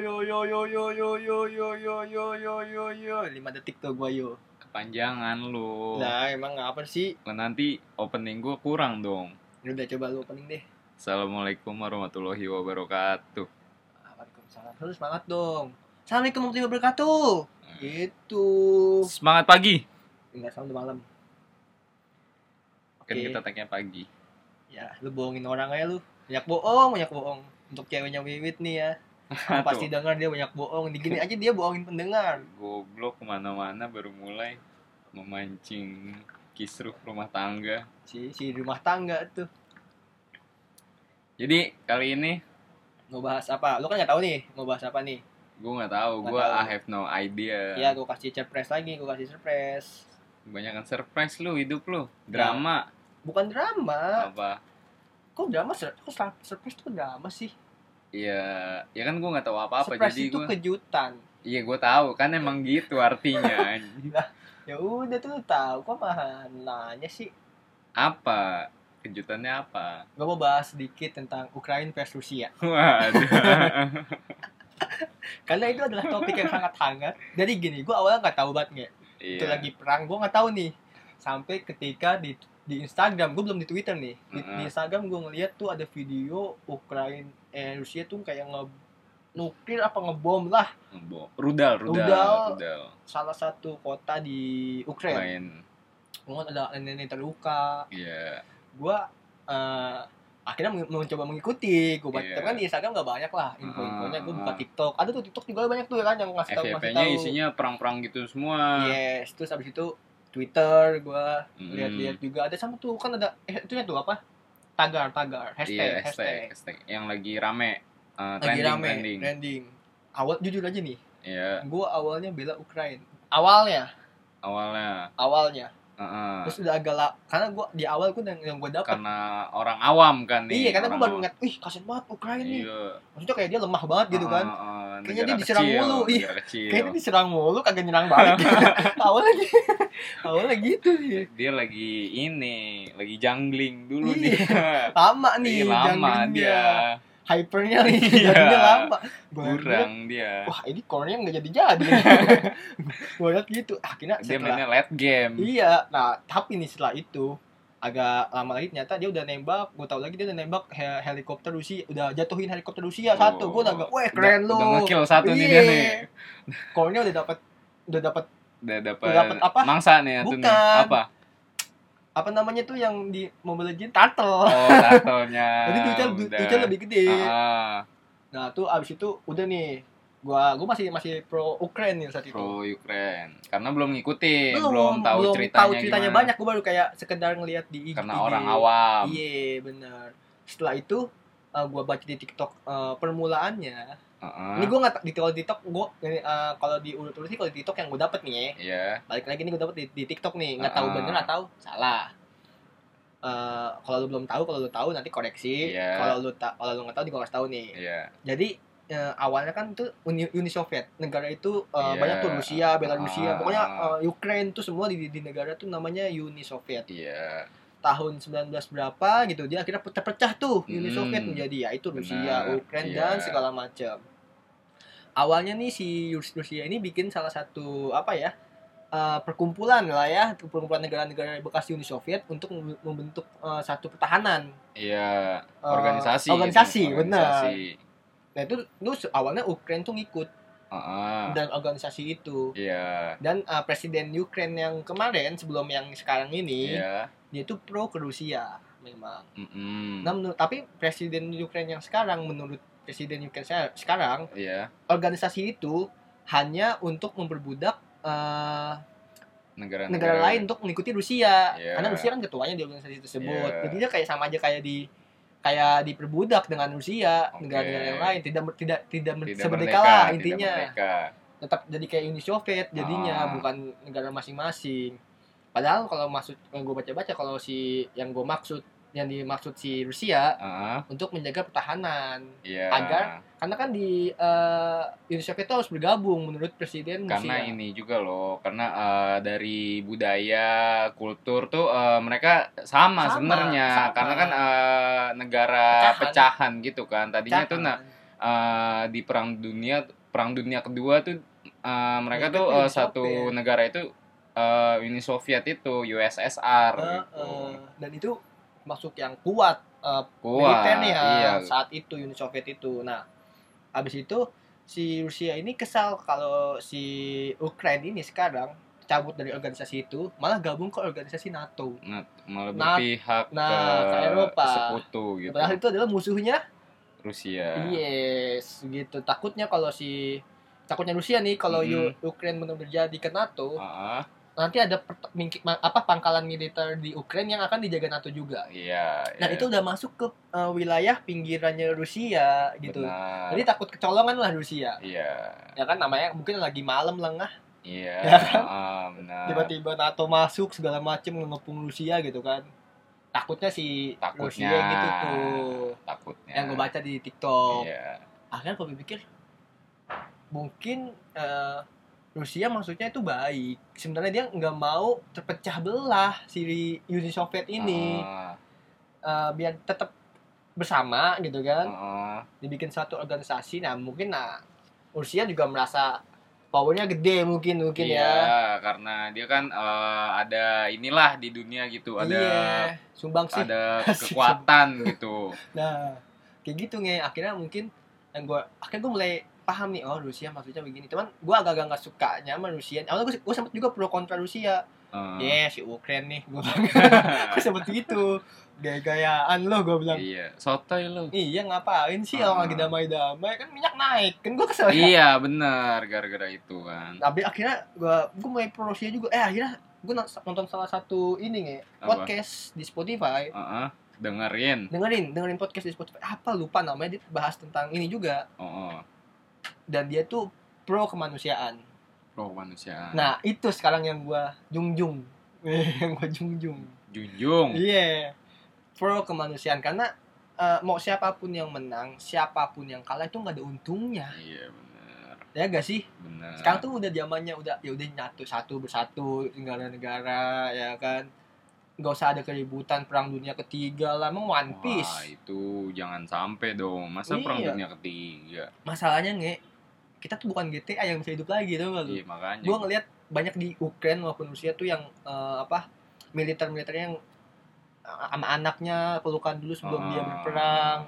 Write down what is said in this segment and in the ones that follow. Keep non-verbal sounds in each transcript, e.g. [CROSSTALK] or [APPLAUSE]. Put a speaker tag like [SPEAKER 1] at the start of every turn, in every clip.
[SPEAKER 1] yo yo yo yo yo yo yo yo yo yo lima detik tuh gua yo
[SPEAKER 2] Kepanjangan lu.
[SPEAKER 1] nah
[SPEAKER 2] Nah,
[SPEAKER 1] emang apa sih
[SPEAKER 2] Nanti opening gua kurang dong.
[SPEAKER 1] udah coba lu opening deh
[SPEAKER 2] Assalamualaikum warahmatullahi wabarakatuh.
[SPEAKER 1] Waalaikumsalam terus semangat dong Assalamualaikum warahmatullahi wabarakatuh gitu
[SPEAKER 2] Semangat pagi.
[SPEAKER 1] enggak salam udah malam
[SPEAKER 2] Kan
[SPEAKER 1] Oke.
[SPEAKER 2] kita tagnya pagi.
[SPEAKER 1] ya lu bohongin orang aja lu banyak bohong banyak bohong untuk ceweknya Wiwit nih ya
[SPEAKER 2] [LAUGHS]
[SPEAKER 1] pasti dengar dia banyak bohong digini aja dia bohongin pendengar
[SPEAKER 2] goblok kemana-mana baru mulai memancing kisruh rumah tangga.
[SPEAKER 1] si si rumah tangga tuh
[SPEAKER 2] Jadi kali ini
[SPEAKER 1] mau bahas apa lu kan nggak tahu nih mau bahas apa nih
[SPEAKER 2] gue nggak tahu,
[SPEAKER 1] Nggak
[SPEAKER 2] gue
[SPEAKER 1] tahu.
[SPEAKER 2] I have no idea.
[SPEAKER 1] ya gua kasih surprise lagi gua kasih surprise
[SPEAKER 2] Kebanyakan surprise lu hidup lu.
[SPEAKER 1] Ya.
[SPEAKER 2] Drama
[SPEAKER 1] bukan drama
[SPEAKER 2] apa?
[SPEAKER 1] kok drama sur- kok sur- surprise tuh drama sih
[SPEAKER 2] Iya, ya kan gue nggak tahu apa-apa
[SPEAKER 1] surprise
[SPEAKER 2] jadi
[SPEAKER 1] itu
[SPEAKER 2] gue
[SPEAKER 1] kejutan
[SPEAKER 2] Iya gue tahu kan emang gitu artinya
[SPEAKER 1] ya udah tuh tahu kok mah nanya sih
[SPEAKER 2] Apa? Kejutannya apa?
[SPEAKER 1] gua mau bahas sedikit tentang Ukraina versus Rusia
[SPEAKER 2] Waduh
[SPEAKER 1] karena itu adalah topik yang sangat hangat jadi gini gua awalnya nggak tahu banget nge. [LAUGHS] itu
[SPEAKER 2] Iya
[SPEAKER 1] lagi perang gua nggak tahu nih sampai ketika di di Instagram gue belum di Twitter nih di, di
[SPEAKER 2] Mm-mm.
[SPEAKER 1] Instagram gue ngeliat tuh ada video Ukraina eh Rusia tuh kayak nge nuklir apa ngebom lah
[SPEAKER 2] Bo- Rudal, rudal,
[SPEAKER 1] Rudal.
[SPEAKER 2] rudal.
[SPEAKER 1] salah satu kota di Ukraina
[SPEAKER 2] Lain
[SPEAKER 1] kemudian ada nenek terluka
[SPEAKER 2] Iya
[SPEAKER 1] gue eh, akhirnya meng- mencoba mengikuti gue baca
[SPEAKER 2] Iya.
[SPEAKER 1] tapi kan di Instagram nggak banyak lah info-infonya gue buka
[SPEAKER 2] Ah.
[SPEAKER 1] TikTok ada tuh TikTok juga banyak tuh ya kan yang ngasih tahu ngasih
[SPEAKER 2] FYP-nya
[SPEAKER 1] tahu Iya,
[SPEAKER 2] isinya perang-perang gitu semua
[SPEAKER 1] yes terus abis itu Twitter gue
[SPEAKER 2] Mm.
[SPEAKER 1] lihat-lihat juga ada sama tuh kan ada eh, itu tuh apa tagar tagar hashtag
[SPEAKER 2] Iya,
[SPEAKER 1] hashtag,
[SPEAKER 2] hashtag, hashtag. Yang lagi rame eh,
[SPEAKER 1] lagi
[SPEAKER 2] trending,
[SPEAKER 1] rame
[SPEAKER 2] trending.
[SPEAKER 1] trending awal jujur aja nih
[SPEAKER 2] Iya,
[SPEAKER 1] gue awalnya bela Ukraina awalnya
[SPEAKER 2] awalnya
[SPEAKER 1] awalnya
[SPEAKER 2] Heeh.
[SPEAKER 1] terus udah agak la- karena gue di awal gue yang, yang gue dapet
[SPEAKER 2] Karena orang awam kan nih
[SPEAKER 1] iya karena gue
[SPEAKER 2] orang
[SPEAKER 1] baru
[SPEAKER 2] awam.
[SPEAKER 1] ngeliat ih kasian banget Ukraina nih
[SPEAKER 2] Iya Ah,
[SPEAKER 1] maksudnya kayak dia lemah banget gitu kan
[SPEAKER 2] Heeh, heeh,
[SPEAKER 1] Kayaknya
[SPEAKER 2] negara
[SPEAKER 1] dia diserang
[SPEAKER 2] kecil,
[SPEAKER 1] mulu, iya.
[SPEAKER 2] negara kecil.
[SPEAKER 1] kayaknya diserang mulu kagak nyerang
[SPEAKER 2] [LAUGHS]
[SPEAKER 1] balik awalnya gitu awalnya gitu sih
[SPEAKER 2] Dia lagi ini, lagi jungling dulu
[SPEAKER 1] Iya.
[SPEAKER 2] nih
[SPEAKER 1] lama [LAUGHS] nih
[SPEAKER 2] Iya, lama
[SPEAKER 1] junglingnya.
[SPEAKER 2] dia
[SPEAKER 1] hypernya nih
[SPEAKER 2] [LAUGHS] Iya.
[SPEAKER 1] jadinya lama Gua
[SPEAKER 2] Kurang dia
[SPEAKER 1] liat, wah ini core-nya nggak jadi
[SPEAKER 2] [LAUGHS]
[SPEAKER 1] jadi gue liat gitu akhirnya
[SPEAKER 2] Dia
[SPEAKER 1] setelah
[SPEAKER 2] mainnya late game
[SPEAKER 1] iya nah tapi nih setelah itu agak lama lagi ternyata dia udah nembak gue tau lagi dia udah nembak he- helikopter Rusia udah jatuhin helikopter Rusia satu gue udah agak wah keren
[SPEAKER 2] udah,
[SPEAKER 1] lu
[SPEAKER 2] Udah ngekill satu nih dia nih
[SPEAKER 1] core-nya Iya. udah dapat udah dapat Udah
[SPEAKER 2] Udah
[SPEAKER 1] dapet
[SPEAKER 2] dapet
[SPEAKER 1] apa?
[SPEAKER 2] mangsa nih satu nih
[SPEAKER 1] Bukan. [LAUGHS]
[SPEAKER 2] Apa?
[SPEAKER 1] apa namanya tuh yang di Mobile Legends turtle
[SPEAKER 2] Oh, tatonya
[SPEAKER 1] Jadi duitnya, du-
[SPEAKER 2] Udah.
[SPEAKER 1] duitnya lebih gede.
[SPEAKER 2] Ah,
[SPEAKER 1] Nah, tuh abis itu udah nih. Gua gua masih masih pro Ukraine nih saat itu.
[SPEAKER 2] pro Ukraine karena belum ngikutin belum, tahu
[SPEAKER 1] belum
[SPEAKER 2] ceritanya,
[SPEAKER 1] tahu ceritanya
[SPEAKER 2] gimana.
[SPEAKER 1] banyak. Gua baru kayak sekedar ngelihat di IG.
[SPEAKER 2] karena
[SPEAKER 1] di-
[SPEAKER 2] orang awam
[SPEAKER 1] Iya, bener. Setelah itu eh, gua baca di TikTok eh, permulaannya.
[SPEAKER 2] Heeh.
[SPEAKER 1] Ini gua nggak ta- di kalau di TikTok gua ini, eh, kalau diurut-urut sih kalau di TikTok yang gua dapet nih. ya,
[SPEAKER 2] Iya.
[SPEAKER 1] Balik lagi nih gua dapet di, di TikTok nih. Nggak tahu
[SPEAKER 2] Ah.
[SPEAKER 1] bener atau salah. Eh, kalau lu belum tahu, kalau lu tahu nanti koreksi.
[SPEAKER 2] Iya.
[SPEAKER 1] Kalau lu ta- kalau lu nggak tahu, di gua kasih tahu nih.
[SPEAKER 2] Iya.
[SPEAKER 1] jadi eh, awalnya kan tuh Uni, Uni Soviet negara itu eh,
[SPEAKER 2] Iya.
[SPEAKER 1] banyak tuh Rusia, Belarusia,
[SPEAKER 2] Ah.
[SPEAKER 1] pokoknya eh, Ukraine tuh semua di, di negara tuh namanya Uni Soviet.
[SPEAKER 2] Iya.
[SPEAKER 1] Tahun 19 berapa gitu dia akhirnya pecah-pecah tuh Uni
[SPEAKER 2] Hmm.
[SPEAKER 1] Soviet menjadi ya itu Rusia,
[SPEAKER 2] Benar.
[SPEAKER 1] Ukraine
[SPEAKER 2] Iya.
[SPEAKER 1] dan segala macam. Awalnya nih si Rus- Rusia ini bikin salah satu apa ya? eh, perkumpulan lah ya, perkumpulan negara-negara bekas Uni Soviet untuk mem- membentuk eh, satu pertahanan
[SPEAKER 2] Iya.
[SPEAKER 1] eh,
[SPEAKER 2] Organisasi.
[SPEAKER 1] organisasi,
[SPEAKER 2] gitu.
[SPEAKER 1] benar.
[SPEAKER 2] Organisasi.
[SPEAKER 1] Nah itu lu se- awalnya Ukraine tuh ngikut
[SPEAKER 2] Heeh.
[SPEAKER 1] dan organisasi itu
[SPEAKER 2] Iya.
[SPEAKER 1] dan uh, presiden Ukraine yang kemarin sebelum yang sekarang ini
[SPEAKER 2] Iya.
[SPEAKER 1] dia itu pro ke Rusia memang.
[SPEAKER 2] Mm-mm.
[SPEAKER 1] Nah, menurut- tapi presiden Ukraine yang sekarang menurut presiden Ukraine se- sekarang
[SPEAKER 2] Iya.
[SPEAKER 1] organisasi itu hanya untuk memperbudak uh,
[SPEAKER 2] Negara-negara.
[SPEAKER 1] negara lain untuk mengikuti Rusia
[SPEAKER 2] Iya.
[SPEAKER 1] karena Rusia kan ketuanya di organisasi tersebut.
[SPEAKER 2] Iya.
[SPEAKER 1] Jadi dia kayak sama aja kayak di kayak diperbudak dengan Rusia
[SPEAKER 2] Oke.
[SPEAKER 1] negara-negara yang lain tidak tidak tidak,
[SPEAKER 2] Tidak
[SPEAKER 1] semerdeka
[SPEAKER 2] merdeka,
[SPEAKER 1] lah
[SPEAKER 2] tidak
[SPEAKER 1] intinya
[SPEAKER 2] merdeka.
[SPEAKER 1] tetap jadi kayak Uni Soviet jadinya
[SPEAKER 2] Ah.
[SPEAKER 1] bukan negara masing-masing. Padahal kalau maksud yang gue baca-baca kalau si yang gue maksud yang dimaksud si Rusia
[SPEAKER 2] Heeh.
[SPEAKER 1] untuk menjaga pertahanan
[SPEAKER 2] Iya.
[SPEAKER 1] Agar- karena kan di eh, Uni Soviet itu harus bergabung menurut presiden
[SPEAKER 2] karena
[SPEAKER 1] Rusia.
[SPEAKER 2] ini juga loh karena eh, dari budaya kultur tuh eh, mereka sama,
[SPEAKER 1] Sama,
[SPEAKER 2] sebenarnya
[SPEAKER 1] sama.
[SPEAKER 2] karena kan eh, negara
[SPEAKER 1] Pecahan.
[SPEAKER 2] pecahan. gitu kan tadinya tuh nah
[SPEAKER 1] Pecahan.
[SPEAKER 2] eh, di perang dunia perang dunia kedua tuh eh, mereka
[SPEAKER 1] Mereka tuh
[SPEAKER 2] tuh eh,
[SPEAKER 1] Uni
[SPEAKER 2] satu
[SPEAKER 1] Soviet.
[SPEAKER 2] negara itu eh, Uni Soviet itu USSR
[SPEAKER 1] Eh,
[SPEAKER 2] gitu.
[SPEAKER 1] eh, dan itu masuk yang kuat eh,
[SPEAKER 2] Kuat,
[SPEAKER 1] militernya
[SPEAKER 2] iya.
[SPEAKER 1] saat itu Uni Soviet itu. Nah, habis itu si Rusia ini kesal kalau si Ukraina ini sekarang cabut dari organisasi itu, malah gabung ke organisasi NATO.
[SPEAKER 2] Nah, malah
[SPEAKER 1] Nah,
[SPEAKER 2] berpihak
[SPEAKER 1] nah,
[SPEAKER 2] ke
[SPEAKER 1] ke Eropa.
[SPEAKER 2] sekutu gitu.
[SPEAKER 1] Padahal iya. itu adalah musuhnya.
[SPEAKER 2] Rusia. Iya.
[SPEAKER 1] Yes, gitu. Takutnya kalau si takutnya Rusia nih kalau
[SPEAKER 2] Mhm.
[SPEAKER 1] U- Ukraina benar-benar jadi ke NATO,
[SPEAKER 2] Heeh,
[SPEAKER 1] nanti ada per- mingki- ma- apa pangkalan militer di Ukraina yang akan dijaga NATO juga.
[SPEAKER 2] iya.
[SPEAKER 1] Dan Nah,
[SPEAKER 2] iya.
[SPEAKER 1] itu udah masuk ke uh, wilayah pinggirannya Rusia gitu.
[SPEAKER 2] Benar.
[SPEAKER 1] Jadi takut kecolongan lah Rusia.
[SPEAKER 2] Iya.
[SPEAKER 1] Ya kan namanya mungkin lagi malam lengah
[SPEAKER 2] Iya.
[SPEAKER 1] [LAUGHS] Ya kan?
[SPEAKER 2] heeh, benar.
[SPEAKER 1] tiba-tiba NATO masuk segala macem ngepung Rusia gitu kan. Takutnya Ya. si
[SPEAKER 2] Takutnya.
[SPEAKER 1] Rusia gitu tuh.
[SPEAKER 2] Takutnya.
[SPEAKER 1] Yang gue baca di TikTok.
[SPEAKER 2] Iya.
[SPEAKER 1] Akhirnya gue pikir mungkin uh, Rusia maksudnya itu baik. Sebenarnya dia nggak mau terpecah belah si Uni Soviet ini
[SPEAKER 2] Heeh,
[SPEAKER 1] Uh, biar tetap bersama gitu kan.
[SPEAKER 2] heeh.
[SPEAKER 1] dibikin satu organisasi nah mungkin nah Rusia juga merasa powernya gede mungkin mungkin
[SPEAKER 2] iya,
[SPEAKER 1] ya
[SPEAKER 2] karena dia kan eh, ada inilah di dunia gitu, ada
[SPEAKER 1] iya sumbang sih [LAUGHS]
[SPEAKER 2] ada
[SPEAKER 1] Asik.
[SPEAKER 2] kekuatan gitu.
[SPEAKER 1] nah kayak gitu nge akhirnya mungkin yang gue akhirnya gue mulai paham nih oh Rusia maksudnya begini cuman gue agak-agak nggak sukanya sama Rusia awalnya gue, gue sempet juga pro kontra Rusia
[SPEAKER 2] Heeh. [LAUGHS]
[SPEAKER 1] ya si Ukraina nih gue [LAUGHS] gue sempet gitu gaya-gayaan lo gue bilang
[SPEAKER 2] iya, sotoy
[SPEAKER 1] [LAUGHS]
[SPEAKER 2] lu.
[SPEAKER 1] iya ngapain sih orang lagi
[SPEAKER 2] Ah.
[SPEAKER 1] damai-damai kan minyak naik kan gue kesel ya
[SPEAKER 2] Iya, benar gara-gara itu kan.
[SPEAKER 1] tapi akhirnya gua gua mulai pro Rusia juga eh akhirnya gua nas- nonton salah satu ini nih
[SPEAKER 2] Apa?
[SPEAKER 1] podcast di Spotify
[SPEAKER 2] Heeh, dengerin.
[SPEAKER 1] dengerin dengerin podcast di Spotify apa lupa namanya dia bahas tentang ini juga
[SPEAKER 2] Heeh.
[SPEAKER 1] dan dia tuh pro kemanusiaan
[SPEAKER 2] Pro kemanusiaan.
[SPEAKER 1] nah itu sekarang yang gua junjung [LAUGHS] yang gua junjung
[SPEAKER 2] junjung.
[SPEAKER 1] iya pro kemanusiaan karena eh, mau siapapun yang menang siapapun yang kalah itu nggak ada untungnya
[SPEAKER 2] Iya, benar.
[SPEAKER 1] ya gak sih
[SPEAKER 2] Benar.
[SPEAKER 1] sekarang tuh udah zamannya udah ya udah nyatu satu bersatu negara-negara ya kan nggak usah ada keributan perang dunia ketiga lah emang one
[SPEAKER 2] Wah, iya.
[SPEAKER 1] piece
[SPEAKER 2] itu jangan sampai dong. Masa perang
[SPEAKER 1] Iya.
[SPEAKER 2] dunia ketiga?
[SPEAKER 1] masalahnya nge kita tuh bukan GTA yang bisa hidup lagi tuh
[SPEAKER 2] Iya, makanya.
[SPEAKER 1] gue ngeliat banyak di Ukraina maupun Rusia tuh yang eh, apa militer-militernya yang eh, sama anaknya pelukan dulu sebelum dia
[SPEAKER 2] Ah,
[SPEAKER 1] berperang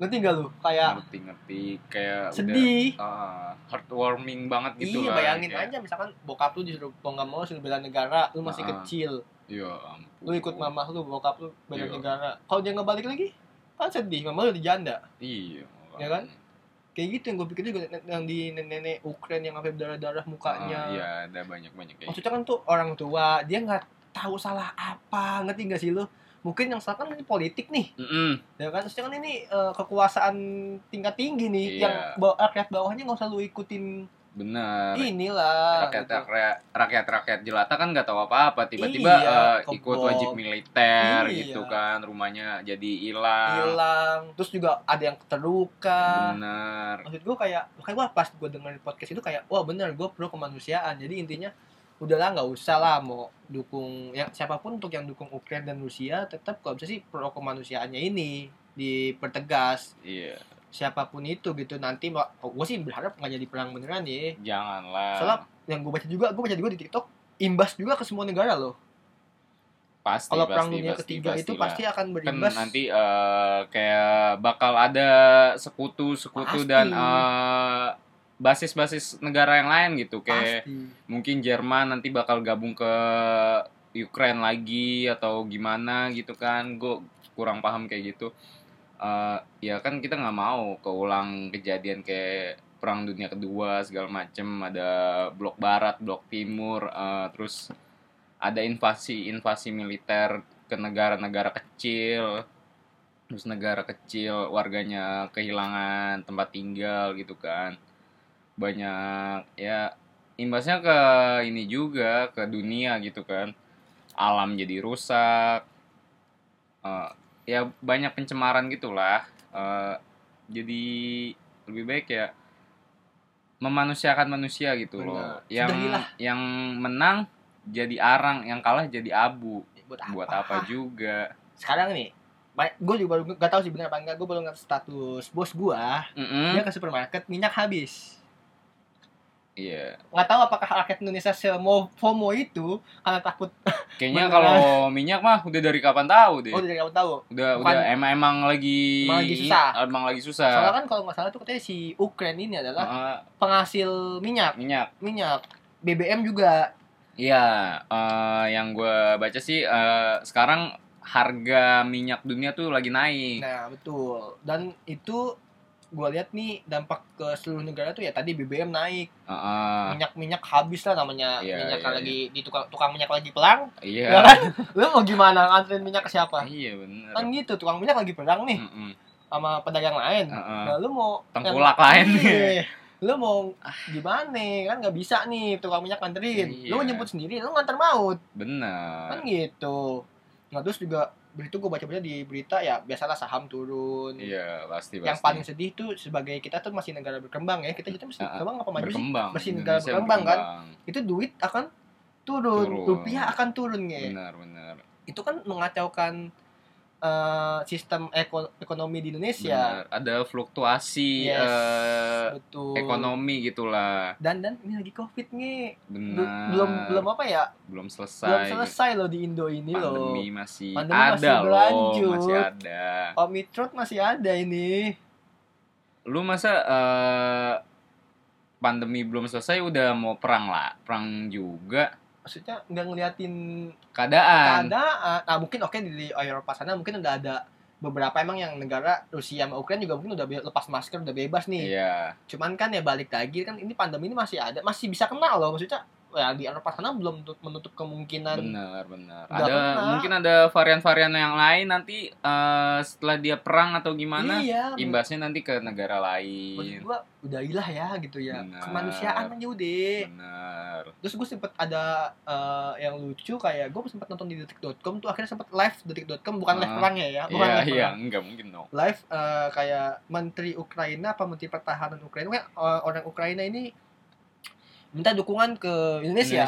[SPEAKER 1] ngerti nggak lu kayak
[SPEAKER 2] Ngerti-ngerti kayak udah
[SPEAKER 1] sedih
[SPEAKER 2] ah, heartwarming banget gitu
[SPEAKER 1] iya
[SPEAKER 2] lah,
[SPEAKER 1] bayangin
[SPEAKER 2] kayak.
[SPEAKER 1] aja misalkan bokap lu disuruh mau nggak mau suruh bela negara lu masih
[SPEAKER 2] Ah.
[SPEAKER 1] kecil
[SPEAKER 2] Ya ampun.
[SPEAKER 1] lu ikut mamah lu bokap lu beda
[SPEAKER 2] Iya.
[SPEAKER 1] negara kalau dia nggak balik lagi kan sedih mamah lu jadi janda
[SPEAKER 2] Iya.
[SPEAKER 1] Ya kan? kayak gitu yang gue pikir juga yang di nenek Ukraina yang sampai berdarah darah mukanya
[SPEAKER 2] Ah, iya, ada banyak-banyak kayak
[SPEAKER 1] maksudnya kan tuh orang tua dia nggak tahu salah apa ngerti nggak sih lu mungkin yang salah kan ini politik nih
[SPEAKER 2] gitu. Mm-mm.
[SPEAKER 1] ya kan maksudnya kan ini eh, kekuasaan tingkat tinggi nih
[SPEAKER 2] Iya.
[SPEAKER 1] yang bawah, rakyat bawahnya nggak usah lu ikutin
[SPEAKER 2] Benar.
[SPEAKER 1] Iya, inilah
[SPEAKER 2] rakyat
[SPEAKER 1] gitu.
[SPEAKER 2] rakyat rakyat jelata kan nggak tahu apa-apa tiba-tiba
[SPEAKER 1] Iya,
[SPEAKER 2] eh, ikut
[SPEAKER 1] kebok.
[SPEAKER 2] wajib militer
[SPEAKER 1] Iya.
[SPEAKER 2] gitu kan rumahnya jadi hilang
[SPEAKER 1] hilang terus juga ada yang
[SPEAKER 2] Hmm.
[SPEAKER 1] terluka
[SPEAKER 2] benar
[SPEAKER 1] maksud gue kayak makanya gue pas gue dengerin podcast itu kayak wah bener gue pro kemanusiaan jadi intinya udahlah nggak usah lah mau dukung yang siapapun untuk yang dukung Ukraina dan Rusia tetap kalau bisa sih pro kemanusiaannya ini dipertegas
[SPEAKER 2] iya
[SPEAKER 1] siapapun itu gitu nanti ma- oh, gue sih berharap nggak jadi perang beneran ya
[SPEAKER 2] janganlah
[SPEAKER 1] Soalnya- yang gue baca juga gue baca juga di TikTok imbas juga ke semua negara loh
[SPEAKER 2] pasti
[SPEAKER 1] kalau
[SPEAKER 2] pasti,
[SPEAKER 1] perang dunia
[SPEAKER 2] pasti,
[SPEAKER 1] ketiga itu
[SPEAKER 2] pastilah.
[SPEAKER 1] pasti akan
[SPEAKER 2] kan
[SPEAKER 1] berimbas
[SPEAKER 2] nanti eh, kayak bakal ada sekutu sekutu
[SPEAKER 1] Pasti.
[SPEAKER 2] dan eh, basis-basis negara yang lain gitu kayak
[SPEAKER 1] pasti
[SPEAKER 2] mungkin Jerman nanti bakal gabung ke Ukraine lagi atau gimana gitu kan gue kurang paham kayak gitu Eh, ya kan kita nggak mau keulang kejadian kayak perang dunia kedua segala macem ada blok barat blok timur eh, terus ada invasi invasi militer ke negara-negara kecil terus negara kecil warganya kehilangan tempat tinggal gitu kan banyak ya imbasnya ke ini juga ke dunia gitu kan alam jadi rusak Eh, ya banyak pencemaran gitulah Eh, jadi lebih baik ya memanusiakan manusia gitu loh
[SPEAKER 1] Benar.
[SPEAKER 2] yang
[SPEAKER 1] Sudahilah.
[SPEAKER 2] yang menang jadi arang yang kalah jadi abu buat apa juga
[SPEAKER 1] sekarang nih gue juga baru gak tahu sih benar apa enggak gue baru ngeliat status bos gue
[SPEAKER 2] Mm-mm.
[SPEAKER 1] dia ke supermarket minyak habis
[SPEAKER 2] Iya.
[SPEAKER 1] nggak tahu apakah rakyat Indonesia semau FOMO itu karena takut
[SPEAKER 2] Kayaknya
[SPEAKER 1] Beneran.
[SPEAKER 2] kalau minyak mah udah dari kapan tahu deh.
[SPEAKER 1] oh udah kamu tahu
[SPEAKER 2] udah
[SPEAKER 1] bukan-
[SPEAKER 2] udah emang emang lagi Iya,
[SPEAKER 1] Emang lagi susah.
[SPEAKER 2] Emang lagi susah.
[SPEAKER 1] soalnya kan kalau nggak salah tuh katanya si Ukraine ini adalah
[SPEAKER 2] Heeh,
[SPEAKER 1] penghasil minyak
[SPEAKER 2] minyak.
[SPEAKER 1] minyak BBM juga
[SPEAKER 2] Iya, eh, yang gua baca sih eh, sekarang harga minyak dunia tuh lagi naik.
[SPEAKER 1] nah betul dan itu gue lihat nih dampak ke seluruh negara tuh ya tadi BBM naik
[SPEAKER 2] Heeh,
[SPEAKER 1] minyak minyak habis lah namanya
[SPEAKER 2] Ah. Iya,
[SPEAKER 1] minyak
[SPEAKER 2] iya,
[SPEAKER 1] kan
[SPEAKER 2] iya.
[SPEAKER 1] lagi di tukang tukang minyak lagi pelang
[SPEAKER 2] iya.
[SPEAKER 1] ya kan [LAUGHS] lu mau gimana nganterin minyak ke siapa
[SPEAKER 2] Iya bener.
[SPEAKER 1] kan gitu tukang minyak lagi perang nih
[SPEAKER 2] Mm-mm.
[SPEAKER 1] sama pedagang lain
[SPEAKER 2] Heeh.
[SPEAKER 1] Nah, lu mau
[SPEAKER 2] Ah, Tengkulak lain.
[SPEAKER 1] Iya. lu mau "Ah, gimana kan nggak bisa nih tukang minyak nganterin
[SPEAKER 2] Iya. Ah.
[SPEAKER 1] lu mau jemput sendiri lu nganter maut
[SPEAKER 2] [LAUGHS] Bener.
[SPEAKER 1] kan gitu nah terus juga begitu gue baca-baca di berita ya biasalah saham turun
[SPEAKER 2] Iya, pasti pasti.
[SPEAKER 1] yang paling sedih tuh sebagai kita tuh masih negara berkembang ya kita jadi masih
[SPEAKER 2] Ah, ah.
[SPEAKER 1] berkembang apa maju sih
[SPEAKER 2] berkembang.
[SPEAKER 1] masih negara
[SPEAKER 2] Indonesia
[SPEAKER 1] berkembang, kan? itu duit akan turun,
[SPEAKER 2] Turun.
[SPEAKER 1] rupiah akan turun ya
[SPEAKER 2] Bener, bener.
[SPEAKER 1] itu kan mengacaukan eh, sistem eko- ekonomi di Indonesia
[SPEAKER 2] Bener. Ada fluktuasi
[SPEAKER 1] Iya. Yes,
[SPEAKER 2] eh,
[SPEAKER 1] betul
[SPEAKER 2] ekonomi gitulah.
[SPEAKER 1] dan dan ini lagi covid nih
[SPEAKER 2] Bener.
[SPEAKER 1] Bel- belum belum apa ya belum
[SPEAKER 2] belum selesai.
[SPEAKER 1] selesai loh di Indo ini loh
[SPEAKER 2] Pandemi masih
[SPEAKER 1] Pandemi
[SPEAKER 2] ada
[SPEAKER 1] masih
[SPEAKER 2] loh,
[SPEAKER 1] berlanjut.
[SPEAKER 2] masih ada.
[SPEAKER 1] Omicron masih ada ini
[SPEAKER 2] Lu masa eh, pandemi belum selesai udah mau perang lah, perang juga
[SPEAKER 1] maksudnya nggak ngeliatin
[SPEAKER 2] keadaan.
[SPEAKER 1] keadaan nah mungkin oke di Eropa sana mungkin udah ada beberapa emang yang negara Rusia sama Ukraina juga mungkin udah be- lepas masker udah bebas nih
[SPEAKER 2] Iya,
[SPEAKER 1] cuman kan ya balik lagi kan ini pandemi ini masih ada masih bisa kena loh maksudnya ya di Eropa sana belum tut- menutup kemungkinan
[SPEAKER 2] benar benar.
[SPEAKER 1] Nggak
[SPEAKER 2] Ada
[SPEAKER 1] kena.
[SPEAKER 2] mungkin ada varian-varian yang lain nanti eh, setelah dia perang atau gimana
[SPEAKER 1] iya
[SPEAKER 2] imbasnya nanti ke negara
[SPEAKER 1] maksud
[SPEAKER 2] lain.
[SPEAKER 1] gua udah ilah ya gitu ya
[SPEAKER 2] Benar.
[SPEAKER 1] kemanusiaan aja udah
[SPEAKER 2] Benar.
[SPEAKER 1] terus gue sempet ada eh, yang lucu kayak gue sempet nonton di detik.com tuh akhirnya sempet live detik.com bukan live
[SPEAKER 2] Ah.
[SPEAKER 1] perangnya ya bukan
[SPEAKER 2] Iya,
[SPEAKER 1] live
[SPEAKER 2] iya,
[SPEAKER 1] perang.
[SPEAKER 2] enggak mungkin dong.
[SPEAKER 1] live eh, kayak menteri Ukraina apa menteri pertahanan Ukraina kayak eh, orang Ukraina ini minta dukungan ke Indonesia,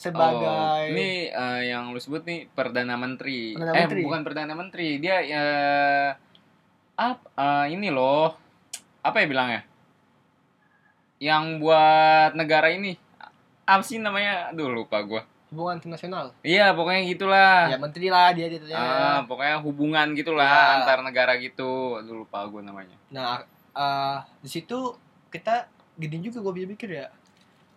[SPEAKER 1] sebagai
[SPEAKER 2] Oh, ini eh, yang lu sebut nih perdana menteri.
[SPEAKER 1] Perdana
[SPEAKER 2] eh
[SPEAKER 1] Menteri.
[SPEAKER 2] bukan perdana menteri, dia eh ap- eh, ini loh. Apa ya bilangnya? Yang buat negara ini. Apa sih namanya? Aduh lupa gua.
[SPEAKER 1] hubungan internasional
[SPEAKER 2] Iya, pokoknya
[SPEAKER 1] ya
[SPEAKER 2] gitulah.
[SPEAKER 1] menteri lah dia gitu
[SPEAKER 2] Ah,
[SPEAKER 1] ya
[SPEAKER 2] pokoknya hubungan gitulah
[SPEAKER 1] Ya.
[SPEAKER 2] antar negara gitu. Aduh lupa gua namanya.
[SPEAKER 1] nah eh, di situ kita gini juga gue bisa pikir ya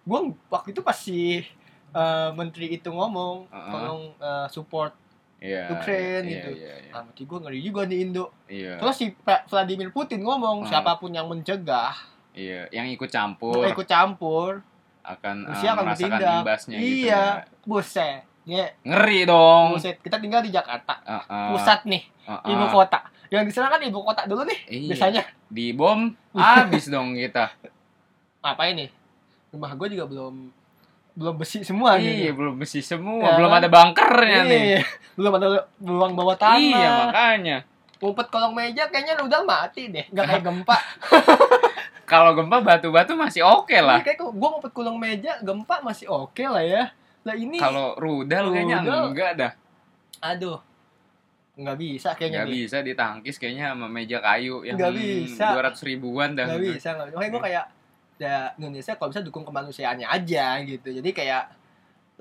[SPEAKER 1] gue waktu itu pasti eh, menteri itu ngomong
[SPEAKER 2] Ah.
[SPEAKER 1] tolong eh, support
[SPEAKER 2] Iya.
[SPEAKER 1] Ukraine
[SPEAKER 2] iya,
[SPEAKER 1] gitu.
[SPEAKER 2] Iya, iya.
[SPEAKER 1] Ah, berarti gue ngeri juga nih Indo.
[SPEAKER 2] Iya.
[SPEAKER 1] Terus si Pra- Vladimir Putin ngomong
[SPEAKER 2] Hmm.
[SPEAKER 1] siapapun yang mencegah
[SPEAKER 2] iya. Yang ikut campur
[SPEAKER 1] untuk ikut campur,
[SPEAKER 2] akan eh,
[SPEAKER 1] Rusia akan
[SPEAKER 2] merasakan
[SPEAKER 1] bertindak.
[SPEAKER 2] imbasnya gitu.
[SPEAKER 1] Iya.
[SPEAKER 2] ya.
[SPEAKER 1] buset. Ya,
[SPEAKER 2] Ngeri dong.
[SPEAKER 1] buset. Kita tinggal di Jakarta,
[SPEAKER 2] Ah, Hmm. ah,
[SPEAKER 1] pusat nih,
[SPEAKER 2] ah, ah.
[SPEAKER 1] ibu kota. Yang diserang kan ibu kota dulu nih,
[SPEAKER 2] Iya. Ah,
[SPEAKER 1] biasanya. Iya.
[SPEAKER 2] di
[SPEAKER 1] [LAUGHS]
[SPEAKER 2] bom habis dong kita.
[SPEAKER 1] Apa ini? Rumah gue juga belum belum besi semua
[SPEAKER 2] iya,
[SPEAKER 1] gitu.
[SPEAKER 2] belum besi semua,
[SPEAKER 1] Ya
[SPEAKER 2] belum
[SPEAKER 1] kan?
[SPEAKER 2] ada bunkernya nih.
[SPEAKER 1] Iya. Belum ada ruang bawah tanah.
[SPEAKER 2] Iya, makanya.
[SPEAKER 1] Ngumpet kolong meja kayaknya udah mati deh. Gak kayak
[SPEAKER 2] [LAUGHS]
[SPEAKER 1] gempa.
[SPEAKER 2] Kalau gempa batu-batu masih oke lah.
[SPEAKER 1] Iya, Kayak gue ngumpet kolong meja, gempa masih oke lah ya. Lah ini
[SPEAKER 2] Kalau rudal kayaknya
[SPEAKER 1] Rudal.
[SPEAKER 2] enggak dah.
[SPEAKER 1] aduh nggak bisa
[SPEAKER 2] Enggak
[SPEAKER 1] kayaknya nih
[SPEAKER 2] bisa ditangkis kayaknya sama meja kayu yang
[SPEAKER 1] Nggak bisa.
[SPEAKER 2] 200 ribuan dah.
[SPEAKER 1] nggak bisa nggak bisa makanya gue kayak ya Indonesia kalau bisa dukung kemanusiaannya aja gitu jadi kayak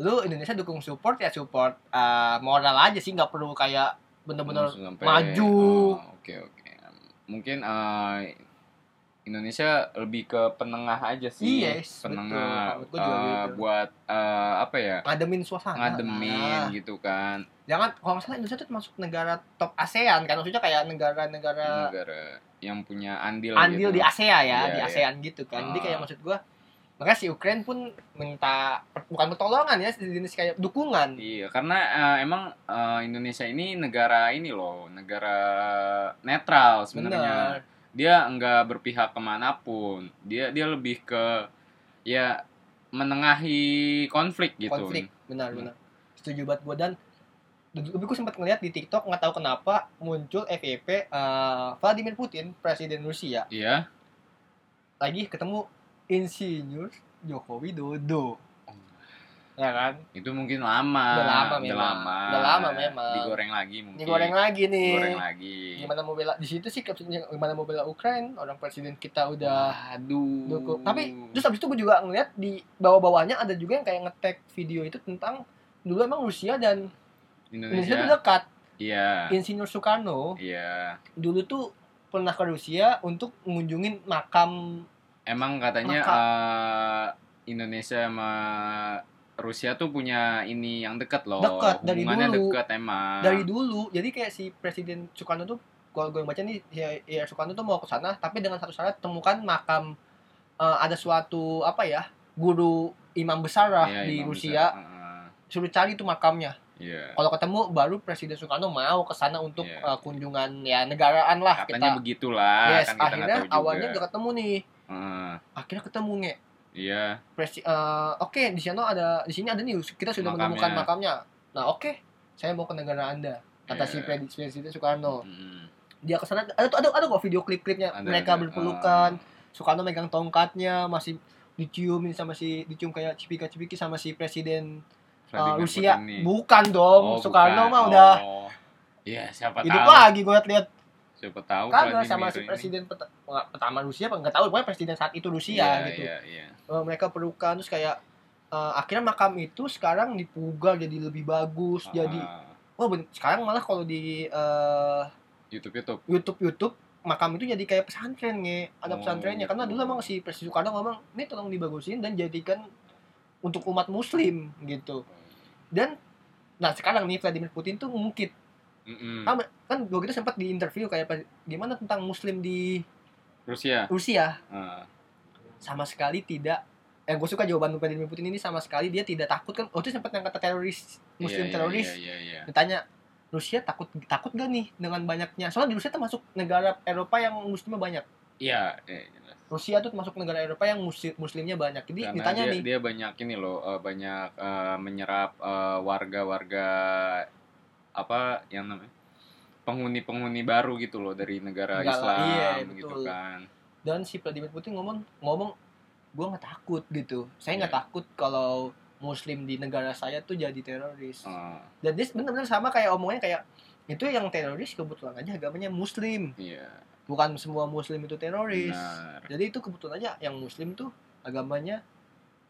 [SPEAKER 1] lu Indonesia dukung support ya support eh, moral aja sih nggak perlu kayak bener-bener
[SPEAKER 2] Sampai-
[SPEAKER 1] maju.
[SPEAKER 2] Oh, Oke, oke. Mungkin eh, Indonesia lebih ke penengah aja sih.
[SPEAKER 1] Iya, Yes, betul.
[SPEAKER 2] penengah
[SPEAKER 1] Menurut gua juga
[SPEAKER 2] eh,
[SPEAKER 1] gitu.
[SPEAKER 2] buat eh, apa ya?
[SPEAKER 1] ngademin suasana Nah,
[SPEAKER 2] ngademin gitu kan
[SPEAKER 1] jangan kalau nggak salah Indonesia tuh termasuk negara top ASEAN kan maksudnya kayak negara-negara
[SPEAKER 2] negara yang punya andil
[SPEAKER 1] andil
[SPEAKER 2] Iya, gitu.
[SPEAKER 1] di ASEAN ya,
[SPEAKER 2] Iya,
[SPEAKER 1] di
[SPEAKER 2] iya.
[SPEAKER 1] ASEAN gitu kan. Jadi kayak
[SPEAKER 2] Ah.
[SPEAKER 1] maksud gua makanya si Ukraine pun minta bukan pertolongan ya, jenis kayak dukungan.
[SPEAKER 2] Iya, karena eh, emang eh, Indonesia ini negara ini loh, negara netral
[SPEAKER 1] Bener.
[SPEAKER 2] sebenarnya. Dia enggak berpihak kemanapun. Dia dia lebih ke ya menengahi konflik gitu.
[SPEAKER 1] konflik benar benar setuju banget gue dan tapi gue sempat ngeliat di TikTok nggak tahu kenapa muncul FYP eh, Vladimir Putin presiden Rusia
[SPEAKER 2] Iya.
[SPEAKER 1] lagi ketemu insinyur Jokowi Dodo
[SPEAKER 2] Hmm.
[SPEAKER 3] ya kan
[SPEAKER 2] Itu mungkin lama.
[SPEAKER 1] Udah lama
[SPEAKER 2] Udah
[SPEAKER 1] memang.
[SPEAKER 2] lama.
[SPEAKER 1] Udah lama memang.
[SPEAKER 2] Digoreng lagi mungkin.
[SPEAKER 1] digoreng lagi nih
[SPEAKER 2] Digoreng lagi.
[SPEAKER 1] gimana mau bela di situ sih captionnya gimana mau bela Ukraina orang presiden kita udah
[SPEAKER 2] Aduh.
[SPEAKER 1] dukung tapi terus habis itu gue juga ngeliat di bawah-bawahnya ada juga yang kayak ngetek video itu tentang dulu emang Rusia dan Indonesia itu
[SPEAKER 2] Indonesia.
[SPEAKER 1] dekat
[SPEAKER 2] Iya.
[SPEAKER 1] Insinyur Soekarno
[SPEAKER 2] Iya.
[SPEAKER 1] dulu tuh pernah ke Rusia untuk mengunjungi makam
[SPEAKER 2] Emang katanya
[SPEAKER 1] Maka-
[SPEAKER 2] eh, Indonesia sama Rusia tuh punya ini yang dekat loh.
[SPEAKER 1] Dekat, dari
[SPEAKER 2] Hubungannya
[SPEAKER 1] dulu.
[SPEAKER 2] dekat emang.
[SPEAKER 1] dari dulu jadi kayak si presiden Soekarno tuh kalau gue yang baca nih ya, ya Soekarno tuh mau ke sana tapi dengan satu syarat temukan makam eh, ada suatu apa ya guru imam besar lah
[SPEAKER 2] Iya,
[SPEAKER 1] di
[SPEAKER 2] emang
[SPEAKER 1] Rusia
[SPEAKER 2] bisa. Heeh.
[SPEAKER 1] suruh cari tuh makamnya
[SPEAKER 2] Iya.
[SPEAKER 1] kalau ketemu baru presiden Soekarno mau ke sana untuk
[SPEAKER 2] Iya.
[SPEAKER 1] eh, kunjungan ya negaraan lah kita
[SPEAKER 2] Katanya begitulah.
[SPEAKER 1] yes
[SPEAKER 2] kan kita nggak
[SPEAKER 1] akhirnya
[SPEAKER 2] tahu juga.
[SPEAKER 1] awalnya udah ketemu nih
[SPEAKER 2] Heeh.
[SPEAKER 1] akhirnya ketemu nge
[SPEAKER 2] Iya.
[SPEAKER 1] Presi- eh, oke di sana ada di sini ada nih kita sudah
[SPEAKER 2] Makamnya.
[SPEAKER 1] menemukan makamnya nah oke saya mau ke negara anda kata si
[SPEAKER 2] Iya.
[SPEAKER 1] Predi- presiden Soekarno
[SPEAKER 2] Mm.
[SPEAKER 1] dia ke sana ada tuh ada ada kok video klip-klipnya
[SPEAKER 2] Ada-
[SPEAKER 1] mereka
[SPEAKER 2] ada, eh,
[SPEAKER 1] berpelukan Soekarno megang tongkatnya masih diciumin sama si dicium kayak cipika-cipiki sama si presiden
[SPEAKER 2] eh,
[SPEAKER 1] eh,
[SPEAKER 2] Vladimir
[SPEAKER 1] Rusia
[SPEAKER 2] Putin nih.
[SPEAKER 1] bukan dong
[SPEAKER 2] Oh,
[SPEAKER 1] Soekarno
[SPEAKER 2] bukan.
[SPEAKER 1] mah udah
[SPEAKER 2] Oh. Iya, siapa
[SPEAKER 1] hidup
[SPEAKER 2] tahu.
[SPEAKER 1] lagi gue lihat
[SPEAKER 2] Siapa tahu
[SPEAKER 1] kagak
[SPEAKER 2] Vladimir
[SPEAKER 1] sama si
[SPEAKER 2] Oh, ini.
[SPEAKER 1] presiden peta- nggak, pertama Rusia apa nggak tahu pokoknya presiden saat itu Rusia
[SPEAKER 2] Iya,
[SPEAKER 1] gitu
[SPEAKER 2] Iya, iya.
[SPEAKER 1] Eh, mereka pelukan terus kayak eh, akhirnya makam itu sekarang dipugar jadi lebih bagus jadi
[SPEAKER 2] Ah,
[SPEAKER 1] wah ben- sekarang malah kalau di eh,
[SPEAKER 2] YouTube YouTube.
[SPEAKER 1] YouTube YouTube makam itu jadi kayak pesantren nge ada
[SPEAKER 2] Oh,
[SPEAKER 1] pesantrennya karena dulu
[SPEAKER 2] gitu.
[SPEAKER 1] emang si Presiden Soekarno ngomong ini tolong dibagusin dan jadikan untuk umat Muslim gitu dan nah sekarang nih Vladimir Putin tuh ngungkit
[SPEAKER 2] Mm-mm.
[SPEAKER 1] Ah, kan gue gitu sempat di interview kayak "Pak, gimana tentang Muslim di
[SPEAKER 2] Rusia.
[SPEAKER 1] Rusia
[SPEAKER 2] Ah,
[SPEAKER 1] sama sekali tidak yang gue suka jawaban Vladimir Putin ini sama sekali dia tidak takut kan waktu itu sempat yang kata teroris Muslim
[SPEAKER 2] iya, iya,
[SPEAKER 1] teroris
[SPEAKER 2] Iya, iya,
[SPEAKER 1] ditanya Rusia takut takut gak nih dengan banyaknya soalnya di Rusia termasuk negara Eropa yang muslimnya banyak
[SPEAKER 2] iya. Iya, iya, jelas.
[SPEAKER 1] Rusia tuh termasuk negara Eropa yang muslim muslimnya banyak jadi
[SPEAKER 2] Karena
[SPEAKER 1] ditanya
[SPEAKER 2] Iya, nah, dia,
[SPEAKER 1] nih
[SPEAKER 2] dia banyak ini loh, eh, banyak eh, menyerap eh, warga-warga apa yang namanya penghuni-penghuni baru gitu loh dari negara
[SPEAKER 1] Enggak lah,
[SPEAKER 2] Islam
[SPEAKER 1] iya,
[SPEAKER 2] gitu
[SPEAKER 1] betul.
[SPEAKER 2] kan.
[SPEAKER 1] dan si Vladimir Putin ngomong ngomong gue nggak takut gitu saya nggak
[SPEAKER 2] Iya.
[SPEAKER 1] takut kalau Muslim di negara saya tuh jadi teroris
[SPEAKER 2] Ah,
[SPEAKER 1] dan dia bener-bener sama kayak omongannya kayak itu yang teroris kebetulan aja agamanya Muslim
[SPEAKER 2] iya.
[SPEAKER 1] bukan semua Muslim itu teroris
[SPEAKER 2] Benar.
[SPEAKER 1] jadi itu kebetulan aja yang muslim tuh agamanya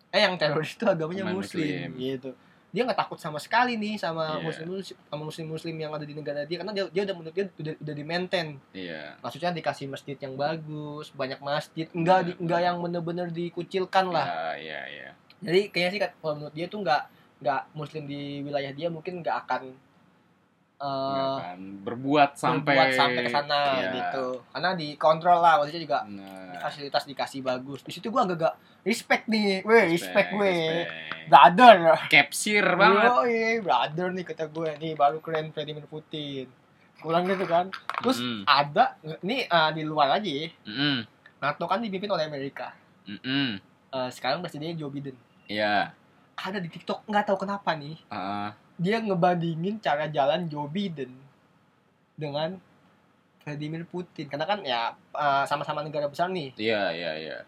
[SPEAKER 1] eh yang teroris tuh agamanya
[SPEAKER 2] Agama
[SPEAKER 1] muslim,
[SPEAKER 2] Muslim.
[SPEAKER 1] gitu dia nggak takut sama sekali nih sama
[SPEAKER 2] Iya.
[SPEAKER 1] muslim sama muslim muslim yang ada di negara dia karena dia dia udah menurut dia udah, udah di maintain
[SPEAKER 2] Iya.
[SPEAKER 1] maksudnya dikasih masjid yang bagus banyak masjid enggak di, enggak yang bener-bener dikucilkan lah Eh,
[SPEAKER 2] Iya, iya, iya.
[SPEAKER 1] jadi kayaknya sih kat- kalau menurut dia tuh nggak nggak muslim di wilayah dia mungkin nggak akan
[SPEAKER 2] Nggak
[SPEAKER 1] eh
[SPEAKER 2] akan kan, berbuat sampai
[SPEAKER 1] berbuat sampai ke sana
[SPEAKER 2] Iya,
[SPEAKER 1] gitu karena dikontrol lah maksudnya juga
[SPEAKER 2] benar.
[SPEAKER 1] fasilitas dikasih bagus di situ gue agak-agak respect nih weh respect weh
[SPEAKER 2] respect.
[SPEAKER 1] brother
[SPEAKER 2] Capsir banget.
[SPEAKER 1] Yoi, brother nih kata gue nih baru keren Vladimir Putin kurang gitu kan terus
[SPEAKER 2] Mm,
[SPEAKER 1] ada nih eh, di luar lagi
[SPEAKER 2] mm,
[SPEAKER 1] NATO kan dipimpin oleh Amerika
[SPEAKER 2] mm, mm.
[SPEAKER 1] Eh, sekarang presidennya Joe Biden
[SPEAKER 2] Iya.
[SPEAKER 1] ada di TikTok nggak tahu kenapa nih
[SPEAKER 2] ah,
[SPEAKER 1] dia ngebandingin cara jalan Joe Biden dengan Vladimir Putin karena kan ya eh, sama-sama negara besar nih
[SPEAKER 2] Iya, iya, iya.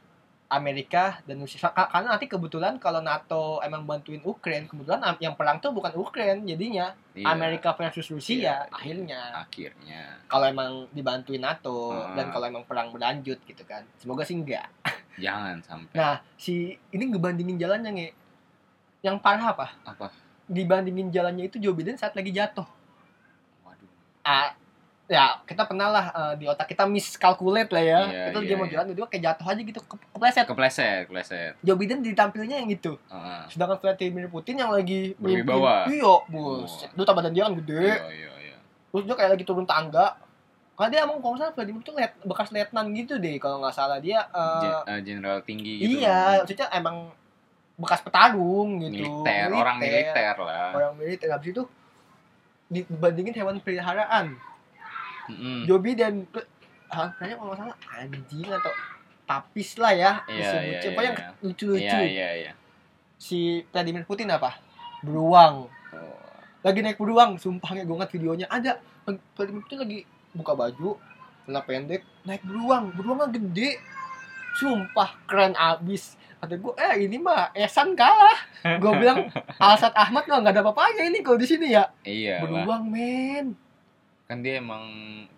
[SPEAKER 1] Amerika dan Rusia. Ka- Karena nanti kebetulan kalau NATO emang bantuin Ukraina, kebetulan am- yang perang tuh bukan Ukraina jadinya
[SPEAKER 2] Iya,
[SPEAKER 1] Amerika versus Rusia
[SPEAKER 2] Iya, iya.
[SPEAKER 1] akhirnya.
[SPEAKER 2] Akhirnya.
[SPEAKER 1] Kalau emang dibantuin NATO
[SPEAKER 2] Ah.
[SPEAKER 1] dan kalau emang perang berlanjut gitu kan. Semoga sih enggak.
[SPEAKER 2] Jangan sampai.
[SPEAKER 1] Nah, si ini ngebandingin jalannya nge. Yang parah apa?
[SPEAKER 2] Apa?
[SPEAKER 1] Dibandingin jalannya itu Joe Biden saat lagi jatuh.
[SPEAKER 2] Waduh.
[SPEAKER 1] Ah, ya kita pernah lah eh, di otak kita miscalculate lah ya.
[SPEAKER 2] Iya,
[SPEAKER 1] kita
[SPEAKER 2] iya,
[SPEAKER 1] dia mau
[SPEAKER 2] iya.
[SPEAKER 1] jalan tiba-tiba kayak jatuh aja gitu ke- kepleset.
[SPEAKER 2] Kepleset, kepleset.
[SPEAKER 1] Joe Biden ditampilnya yang itu.
[SPEAKER 2] Ah,
[SPEAKER 1] Sedangkan Vladimir Putin yang lagi
[SPEAKER 2] Berwibawa.
[SPEAKER 1] mimpin- Iya, bos. Lu tambah dan dia kan gede.
[SPEAKER 2] Iya, iya, iya.
[SPEAKER 1] Terus dia kayak lagi turun tangga. Karena dia emang kalau nggak salah Vladimir Putin liet- bekas letnan gitu deh kalau nggak salah dia. eh,
[SPEAKER 2] Gen- eh, Jenderal tinggi gitu.
[SPEAKER 1] Iya, maksudnya emang bekas petarung gitu.
[SPEAKER 2] Militer, orang militer lah.
[SPEAKER 1] Orang militer. Habis itu dibandingin hewan peliharaan.
[SPEAKER 2] Mm-mm.
[SPEAKER 1] Joe Biden ke- ah, kayaknya kalau nggak salah anjing atau tapis lah ya
[SPEAKER 2] Iya,
[SPEAKER 1] disebutnya.
[SPEAKER 2] iya,
[SPEAKER 1] Pokoknya yang
[SPEAKER 2] iya.
[SPEAKER 1] lucu-lucu
[SPEAKER 2] Iya, iya, iya.
[SPEAKER 1] si Vladimir Putin apa beruang
[SPEAKER 2] Oh.
[SPEAKER 1] lagi naik beruang sumpahnya gue ngeliat videonya ada Vladimir Putin lagi buka baju celana pendek naik beruang beruangnya gede sumpah keren abis kata gue eh ini mah Esan kalah gue bilang Alsat Ahmad mah nggak ada apa-apanya ini kalau di sini ya
[SPEAKER 2] Iya lah.
[SPEAKER 1] beruang men
[SPEAKER 2] Kan dia emang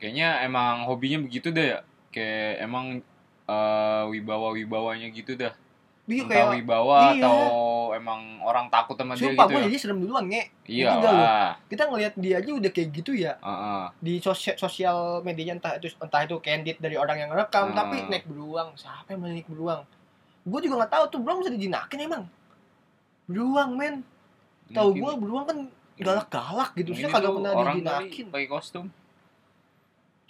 [SPEAKER 2] kayaknya emang hobinya begitu deh ya. Kayak emang eh, wibawa-wibawanya gitu dah.
[SPEAKER 1] Iya
[SPEAKER 2] Entah
[SPEAKER 1] kayak
[SPEAKER 2] wibawa
[SPEAKER 1] iya.
[SPEAKER 2] atau emang orang takut sama dia
[SPEAKER 1] sumpah
[SPEAKER 2] gitu
[SPEAKER 1] gue
[SPEAKER 2] ya.
[SPEAKER 1] jadi serem duluan nge
[SPEAKER 2] Iya
[SPEAKER 1] juga loh.
[SPEAKER 2] lah.
[SPEAKER 1] kita ngelihat dia aja udah kayak gitu ya
[SPEAKER 2] Heeh.
[SPEAKER 1] di sosial sosial medianya entah itu entah itu candid dari orang yang rekam
[SPEAKER 2] Hmm.
[SPEAKER 1] tapi naik beruang siapa yang mau naik beruang gue juga nggak tahu tuh beruang bisa dijinakin emang beruang men tahu
[SPEAKER 2] Mungkin-
[SPEAKER 1] gue beruang kan galak-galak gitu sih
[SPEAKER 2] mungkin
[SPEAKER 1] kagak
[SPEAKER 2] itu
[SPEAKER 1] pernah
[SPEAKER 2] orang
[SPEAKER 1] dijinakin
[SPEAKER 2] kali pakai kostum.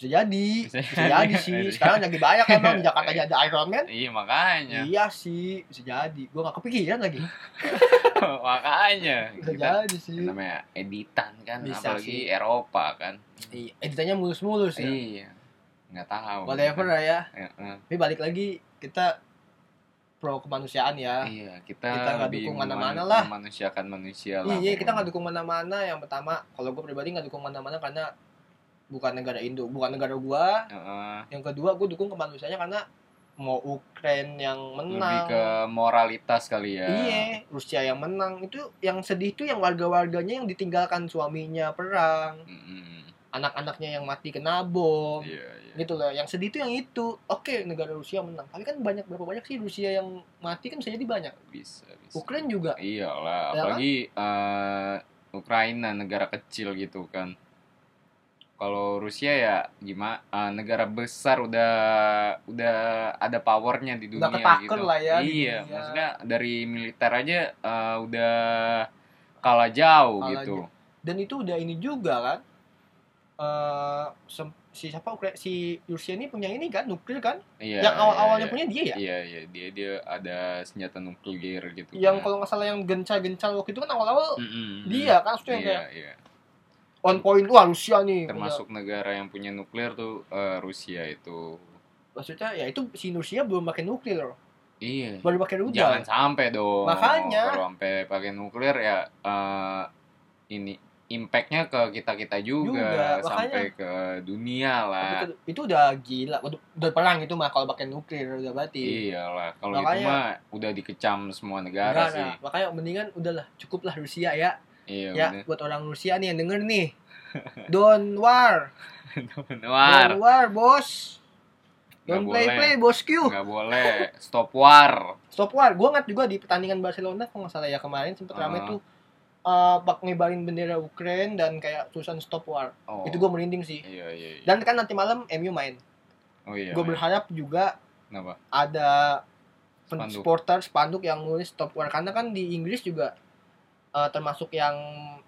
[SPEAKER 1] bisa jadi
[SPEAKER 2] Bisa-
[SPEAKER 1] bisa jadi Iya,
[SPEAKER 2] [LAUGHS]
[SPEAKER 1] sih sekarang lagi banyak emang di Jakarta aja ada Iron Man
[SPEAKER 2] Iya makanya.
[SPEAKER 1] iya sih bisa jadi gue nggak kepikiran lagi
[SPEAKER 2] [LAUGHS] makanya.
[SPEAKER 1] bisa
[SPEAKER 2] Kita
[SPEAKER 1] jadi sih
[SPEAKER 2] namanya editan kan
[SPEAKER 1] Bisa
[SPEAKER 2] apalagi
[SPEAKER 1] sih.
[SPEAKER 2] Eropa kan
[SPEAKER 1] Iya, editannya mulus-mulus ya
[SPEAKER 2] iya nggak tahu
[SPEAKER 1] whatever lah ya
[SPEAKER 2] Eh, eh,
[SPEAKER 1] tapi balik lagi kita pro kemanusiaan ya
[SPEAKER 2] iya kita
[SPEAKER 1] Kita nggak
[SPEAKER 2] lebih
[SPEAKER 1] dukung
[SPEAKER 2] meman-
[SPEAKER 1] mana-mana lah.
[SPEAKER 2] memanusiakan manusia lah
[SPEAKER 1] Iya, kita nggak
[SPEAKER 2] pokoknya.
[SPEAKER 1] dukung mana-mana. Yang pertama, kalau gue pribadi nggak dukung mana-mana karena bukan negara Indo, bukan negara gua.
[SPEAKER 2] Eh, eh,
[SPEAKER 1] Yang kedua, gue dukung kemanusiaannya karena mau Ukraine yang
[SPEAKER 2] lebih
[SPEAKER 1] menang,
[SPEAKER 2] ke moralitas kali ya
[SPEAKER 1] iya, Rusia yang menang. Itu yang sedih itu yang warga-warganya yang ditinggalkan suaminya perang,
[SPEAKER 2] Mm-mm.
[SPEAKER 1] anak-anaknya yang mati kena bom,
[SPEAKER 2] iya iya
[SPEAKER 1] gitu loh. Yang sedih itu yang itu. Oke, negara Rusia menang, tapi kan banyak berapa banyak sih Rusia yang mati kan bisa jadi banyak.
[SPEAKER 2] bisa bisa
[SPEAKER 1] Ukraine juga. Ya
[SPEAKER 2] iyalah
[SPEAKER 1] kan?
[SPEAKER 2] apalagi eh, Ukraina negara kecil gitu kan kalau Rusia ya gimana eh, negara besar udah udah ada powernya di dunia
[SPEAKER 1] Udah ketaker
[SPEAKER 2] gitu
[SPEAKER 1] lah ya di
[SPEAKER 2] iya
[SPEAKER 1] dunia.
[SPEAKER 2] maksudnya dari militer aja eh, udah kalah jauh
[SPEAKER 1] Kalah
[SPEAKER 2] gitu
[SPEAKER 1] dan itu udah ini juga kan eh sem- si siapa Ukra- si Rusia ini punya ini kan nuklir kan
[SPEAKER 2] iya
[SPEAKER 1] yang awal awalnya
[SPEAKER 2] iya,
[SPEAKER 1] punya dia
[SPEAKER 2] iya.
[SPEAKER 1] ya
[SPEAKER 2] iya iya dia dia ada senjata nuklir gitu
[SPEAKER 1] yang
[SPEAKER 2] kan.
[SPEAKER 1] kalau nggak salah yang gencar-gencar waktu itu kan awal awal
[SPEAKER 2] Mm-mm.
[SPEAKER 1] dia kan maksudnya
[SPEAKER 2] iya,
[SPEAKER 1] yang kayak
[SPEAKER 2] iya.
[SPEAKER 1] on point wah Rusia nih Iya. punya.
[SPEAKER 2] termasuk negara yang punya nuklir tuh eh, Rusia itu
[SPEAKER 1] maksudnya ya itu si Rusia belum pakai nuklir loh.
[SPEAKER 2] iya
[SPEAKER 1] baru pakai
[SPEAKER 2] Jangan
[SPEAKER 1] rudal
[SPEAKER 2] sampai dong.
[SPEAKER 1] Makanya.
[SPEAKER 2] Kalau sampai pakai nuklir ya eh, ini impactnya ke kita kita juga,
[SPEAKER 1] Juga, makanya.
[SPEAKER 2] sampai kan. ke dunia lah.
[SPEAKER 1] Tapi itu, itu udah gila Waduh, udah perang itu mah kalau pakai nuklir udah
[SPEAKER 2] Iya,
[SPEAKER 1] berarti
[SPEAKER 2] Iyalah, kalau itu
[SPEAKER 1] Makanya.
[SPEAKER 2] mah udah dikecam semua negara
[SPEAKER 1] Enggak,
[SPEAKER 2] sih.
[SPEAKER 1] nah. makanya mendingan udahlah cukuplah Rusia ya
[SPEAKER 2] Iya,
[SPEAKER 1] ya
[SPEAKER 2] bener.
[SPEAKER 1] buat orang Rusia nih yang denger nih don't war
[SPEAKER 2] War,
[SPEAKER 1] don't war bos
[SPEAKER 2] nggak
[SPEAKER 1] Don't play
[SPEAKER 2] boleh,
[SPEAKER 1] play bosku.
[SPEAKER 2] nggak boleh. Stop war.
[SPEAKER 1] Stop war. Gue ngat juga di pertandingan Barcelona kalau nggak salah ya kemarin sempet rame
[SPEAKER 2] Ah.
[SPEAKER 1] tuh eh bak ngibarin bendera Ukraine dan kayak tulisan stop war.
[SPEAKER 2] Oh,
[SPEAKER 1] Itu gue merinding sih.
[SPEAKER 2] Iya, iya, iya.
[SPEAKER 1] Dan kan nanti malam MU main.
[SPEAKER 2] oh iya.
[SPEAKER 1] gue
[SPEAKER 2] men.
[SPEAKER 1] berharap juga
[SPEAKER 2] Kenapa?
[SPEAKER 1] ada pen-
[SPEAKER 2] Spanduk.
[SPEAKER 1] supporter spanduk yang nulis stop war karena kan di Inggris juga eh, termasuk yang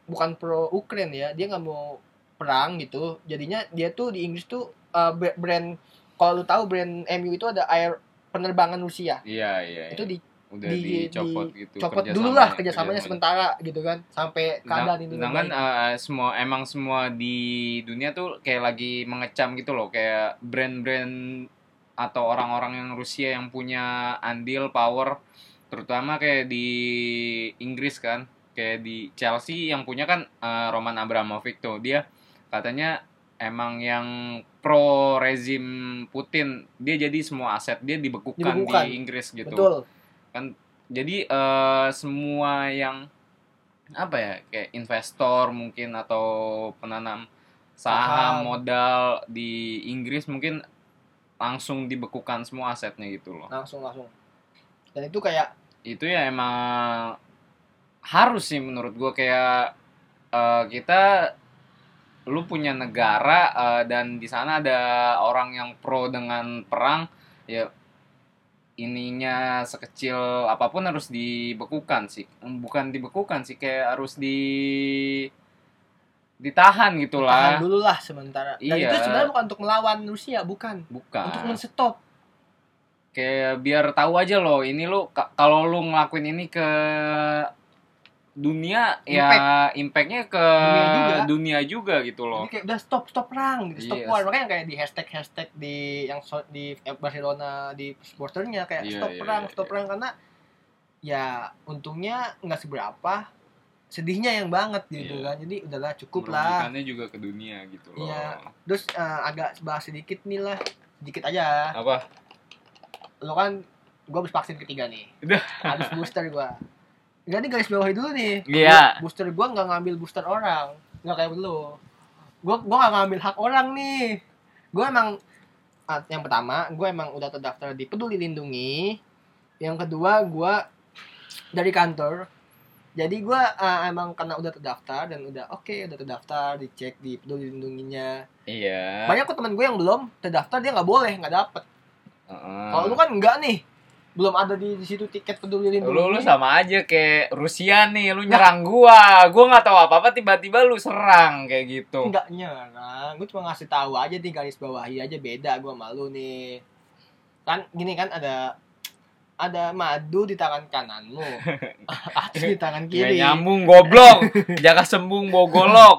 [SPEAKER 1] bukan pro Ukraine ya dia nggak mau perang gitu jadinya dia tuh di Inggris tuh eh, bra- brand kalau lu tahu brand MU itu ada air penerbangan Rusia
[SPEAKER 2] Iya, iya. iya.
[SPEAKER 1] itu di
[SPEAKER 2] udah
[SPEAKER 1] di-
[SPEAKER 2] dicopot gitu.
[SPEAKER 1] copot
[SPEAKER 2] kerjasamanya-
[SPEAKER 1] dulu lah kerjasamanya
[SPEAKER 2] kerjasamanya. Nah,
[SPEAKER 1] sementara gitu kan sampai keadaan ini
[SPEAKER 2] Sedangkan eh, semua emang semua di dunia tuh kayak lagi mengecam gitu loh kayak brand-brand atau orang-orang yang Rusia yang punya andil power terutama kayak di Inggris kan kayak di Chelsea yang punya kan eh, Roman Abramovich tuh dia katanya emang yang pro rezim Putin dia jadi semua aset dia dibekukan,
[SPEAKER 1] Dibekukan.
[SPEAKER 2] di Inggris gitu
[SPEAKER 1] betul
[SPEAKER 2] jadi eh, semua yang apa ya kayak investor mungkin atau penanam saham
[SPEAKER 1] Saham.
[SPEAKER 2] modal di Inggris mungkin langsung dibekukan semua asetnya gitu loh
[SPEAKER 1] langsung langsung dan itu kayak
[SPEAKER 2] itu ya emang harus sih menurut gua kayak eh, kita lu punya negara eh, dan di sana ada orang yang pro dengan perang ya ininya sekecil apapun harus dibekukan sih bukan dibekukan sih kayak harus di ditahan gitu
[SPEAKER 1] tahan
[SPEAKER 2] gitulah
[SPEAKER 1] dulu lah sementara dan
[SPEAKER 2] Iya. Nah.
[SPEAKER 1] itu sebenarnya bukan untuk melawan Rusia bukan untuk
[SPEAKER 2] bukan
[SPEAKER 1] men-stop
[SPEAKER 2] kayak biar tahu aja loh ini lu ka- kalau lu ngelakuin ini ke dunia ya impactnya ke
[SPEAKER 1] Dunia juga.
[SPEAKER 2] dunia juga gitu loh
[SPEAKER 1] jadi kayak udah stop stop perang gitu stop
[SPEAKER 2] Iya.
[SPEAKER 1] war makanya kayak di hashtag hashtag di yang so- di Barcelona di supporternya kayak
[SPEAKER 2] Iya,
[SPEAKER 1] stop
[SPEAKER 2] iya,
[SPEAKER 1] perang
[SPEAKER 2] iya,
[SPEAKER 1] stop
[SPEAKER 2] iya.
[SPEAKER 1] perang karena ya untungnya nggak seberapa sedihnya yang banget gitu
[SPEAKER 2] Iya.
[SPEAKER 1] kan jadi udahlah cukup lah
[SPEAKER 2] merugikannya juga ke dunia gitu loh
[SPEAKER 1] Iya. terus eh, agak bahas sedikit nih lah sedikit aja
[SPEAKER 2] apa
[SPEAKER 1] lo kan gue habis vaksin ketiga nih
[SPEAKER 2] Udah.
[SPEAKER 1] habis booster gue jadi garis bawahi dulu nih
[SPEAKER 2] Iya.
[SPEAKER 1] Bu- booster gue nggak ngambil booster orang nggak kayak lu gue gue nggak ngambil hak orang nih gue emang ah, yang pertama gue emang udah terdaftar di peduli lindungi yang kedua gue dari kantor jadi gue ah, emang karena udah terdaftar dan udah oke udah terdaftar dicek di peduli lindunginya
[SPEAKER 2] Iya.
[SPEAKER 1] banyak kok teman gue yang belum terdaftar dia nggak boleh nggak dapet
[SPEAKER 2] Heeh.
[SPEAKER 1] kalau lu kan enggak nih belum ada di, di situ tiket peduli lindungi
[SPEAKER 2] lu lu sama aja kayak Rusia nih lu nyerang gua gua nggak tahu apa apa tiba-tiba lu serang kayak gitu
[SPEAKER 1] Enggak nyerang, gue cuma ngasih tahu aja di garis bawahi aja beda gue malu nih. Kan gini kan ada ada madu di tangan
[SPEAKER 2] [LAUGHS]
[SPEAKER 1] kananmu, aci di tangan
[SPEAKER 2] Gak
[SPEAKER 1] kiri. [LAUGHS]
[SPEAKER 2] nyambung goblok jaga sembung bawa golok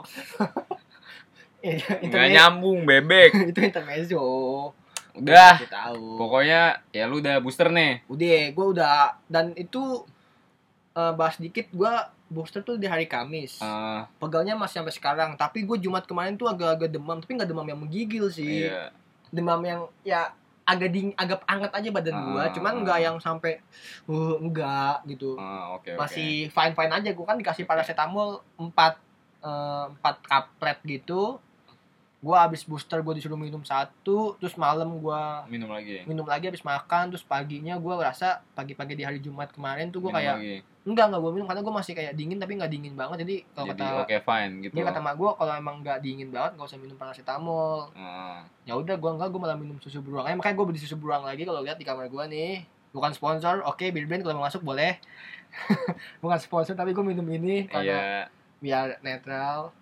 [SPEAKER 2] nggak
[SPEAKER 1] Interme-
[SPEAKER 2] nyambung bebek
[SPEAKER 1] [LAUGHS] itu intermezzo.
[SPEAKER 2] udah
[SPEAKER 1] Gue tahu.
[SPEAKER 2] pokoknya ya lu udah booster nih
[SPEAKER 1] Udah, gue udah dan itu eh, bahas dikit gue booster tuh di hari Kamis.
[SPEAKER 2] Eh,
[SPEAKER 1] Pegalnya masih sampai sekarang, tapi gue Jumat kemarin tuh agak-agak demam, tapi nggak demam yang menggigil sih.
[SPEAKER 2] iya
[SPEAKER 1] demam yang ya agak ding agak anget aja badan gua
[SPEAKER 2] Ah.
[SPEAKER 1] cuman nggak yang sampai uh enggak gitu
[SPEAKER 2] Eh, oke oke
[SPEAKER 1] masih fine fine aja gua kan dikasih paracetamol 4 empat kaplet gitu gua abis booster gua disuruh minum satu terus malam gua
[SPEAKER 2] minum lagi
[SPEAKER 1] minum lagi abis makan terus paginya gua ngerasa pagi-pagi di hari Jumat kemarin tuh
[SPEAKER 2] minum
[SPEAKER 1] gua kayak
[SPEAKER 2] lagi.
[SPEAKER 1] enggak enggak gua minum karena gua masih kayak dingin tapi nggak dingin banget jadi kalau
[SPEAKER 2] jadi
[SPEAKER 1] kata
[SPEAKER 2] oke fine gitu
[SPEAKER 1] dia kata mak gua kalau emang nggak dingin banget nggak usah minum paracetamol
[SPEAKER 2] Eh,
[SPEAKER 1] ya udah gua enggak gua malah minum susu beruang eh, makanya gua beli susu beruang lagi kalau lihat di kamar gua nih bukan sponsor oke Bill Brand kalau mau masuk boleh [LAUGHS] bukan sponsor tapi gua minum ini karena
[SPEAKER 2] iya
[SPEAKER 1] biar netral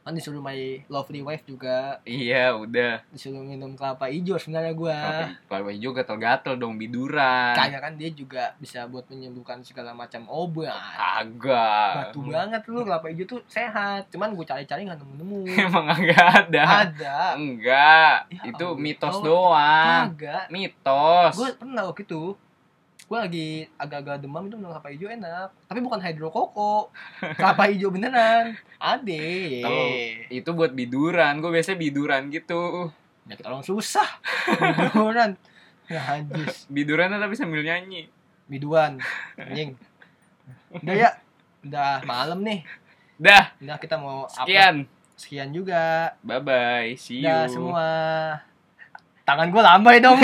[SPEAKER 1] kan disuruh my lovely wife juga
[SPEAKER 2] iya udah
[SPEAKER 1] disuruh minum kelapa hijau sebenarnya gua
[SPEAKER 2] Kelapa- kelapa hijau gatel-gatel dong biduran
[SPEAKER 1] kayaknya kan dia juga bisa buat menyembuhkan segala macam
[SPEAKER 2] Ah.
[SPEAKER 1] obat
[SPEAKER 2] agak
[SPEAKER 1] batu banget lu kelapa hijau tuh sehat cuman gua cari-cari nggak
[SPEAKER 2] [LAUGHS]
[SPEAKER 1] nemu-nemu
[SPEAKER 2] [LAUGHS] emang agak ada
[SPEAKER 1] ada
[SPEAKER 2] Enggak,
[SPEAKER 1] Ya
[SPEAKER 2] itu
[SPEAKER 1] ampun.
[SPEAKER 2] mitos
[SPEAKER 1] Oh,
[SPEAKER 2] doang.
[SPEAKER 1] kagak
[SPEAKER 2] Mitos.
[SPEAKER 1] gue pernah waktu itu gue lagi agak-agak demam itu minum kelapa hijau enak tapi bukan hydro koko kelapa hijau beneran ade
[SPEAKER 2] Kalau- Itu buat biduran, gue biasanya biduran gitu.
[SPEAKER 1] Nyakit Ya, orang susah biduran ya anjis
[SPEAKER 2] Bidurannya tapi sambil nyanyi.
[SPEAKER 1] biduan anjing udah ya udah malam nih
[SPEAKER 2] Dah,
[SPEAKER 1] udah kita mau upload.
[SPEAKER 2] sekian.
[SPEAKER 1] sekian juga
[SPEAKER 2] Bye bye, see you.
[SPEAKER 1] udah semua tangan gue lambai dong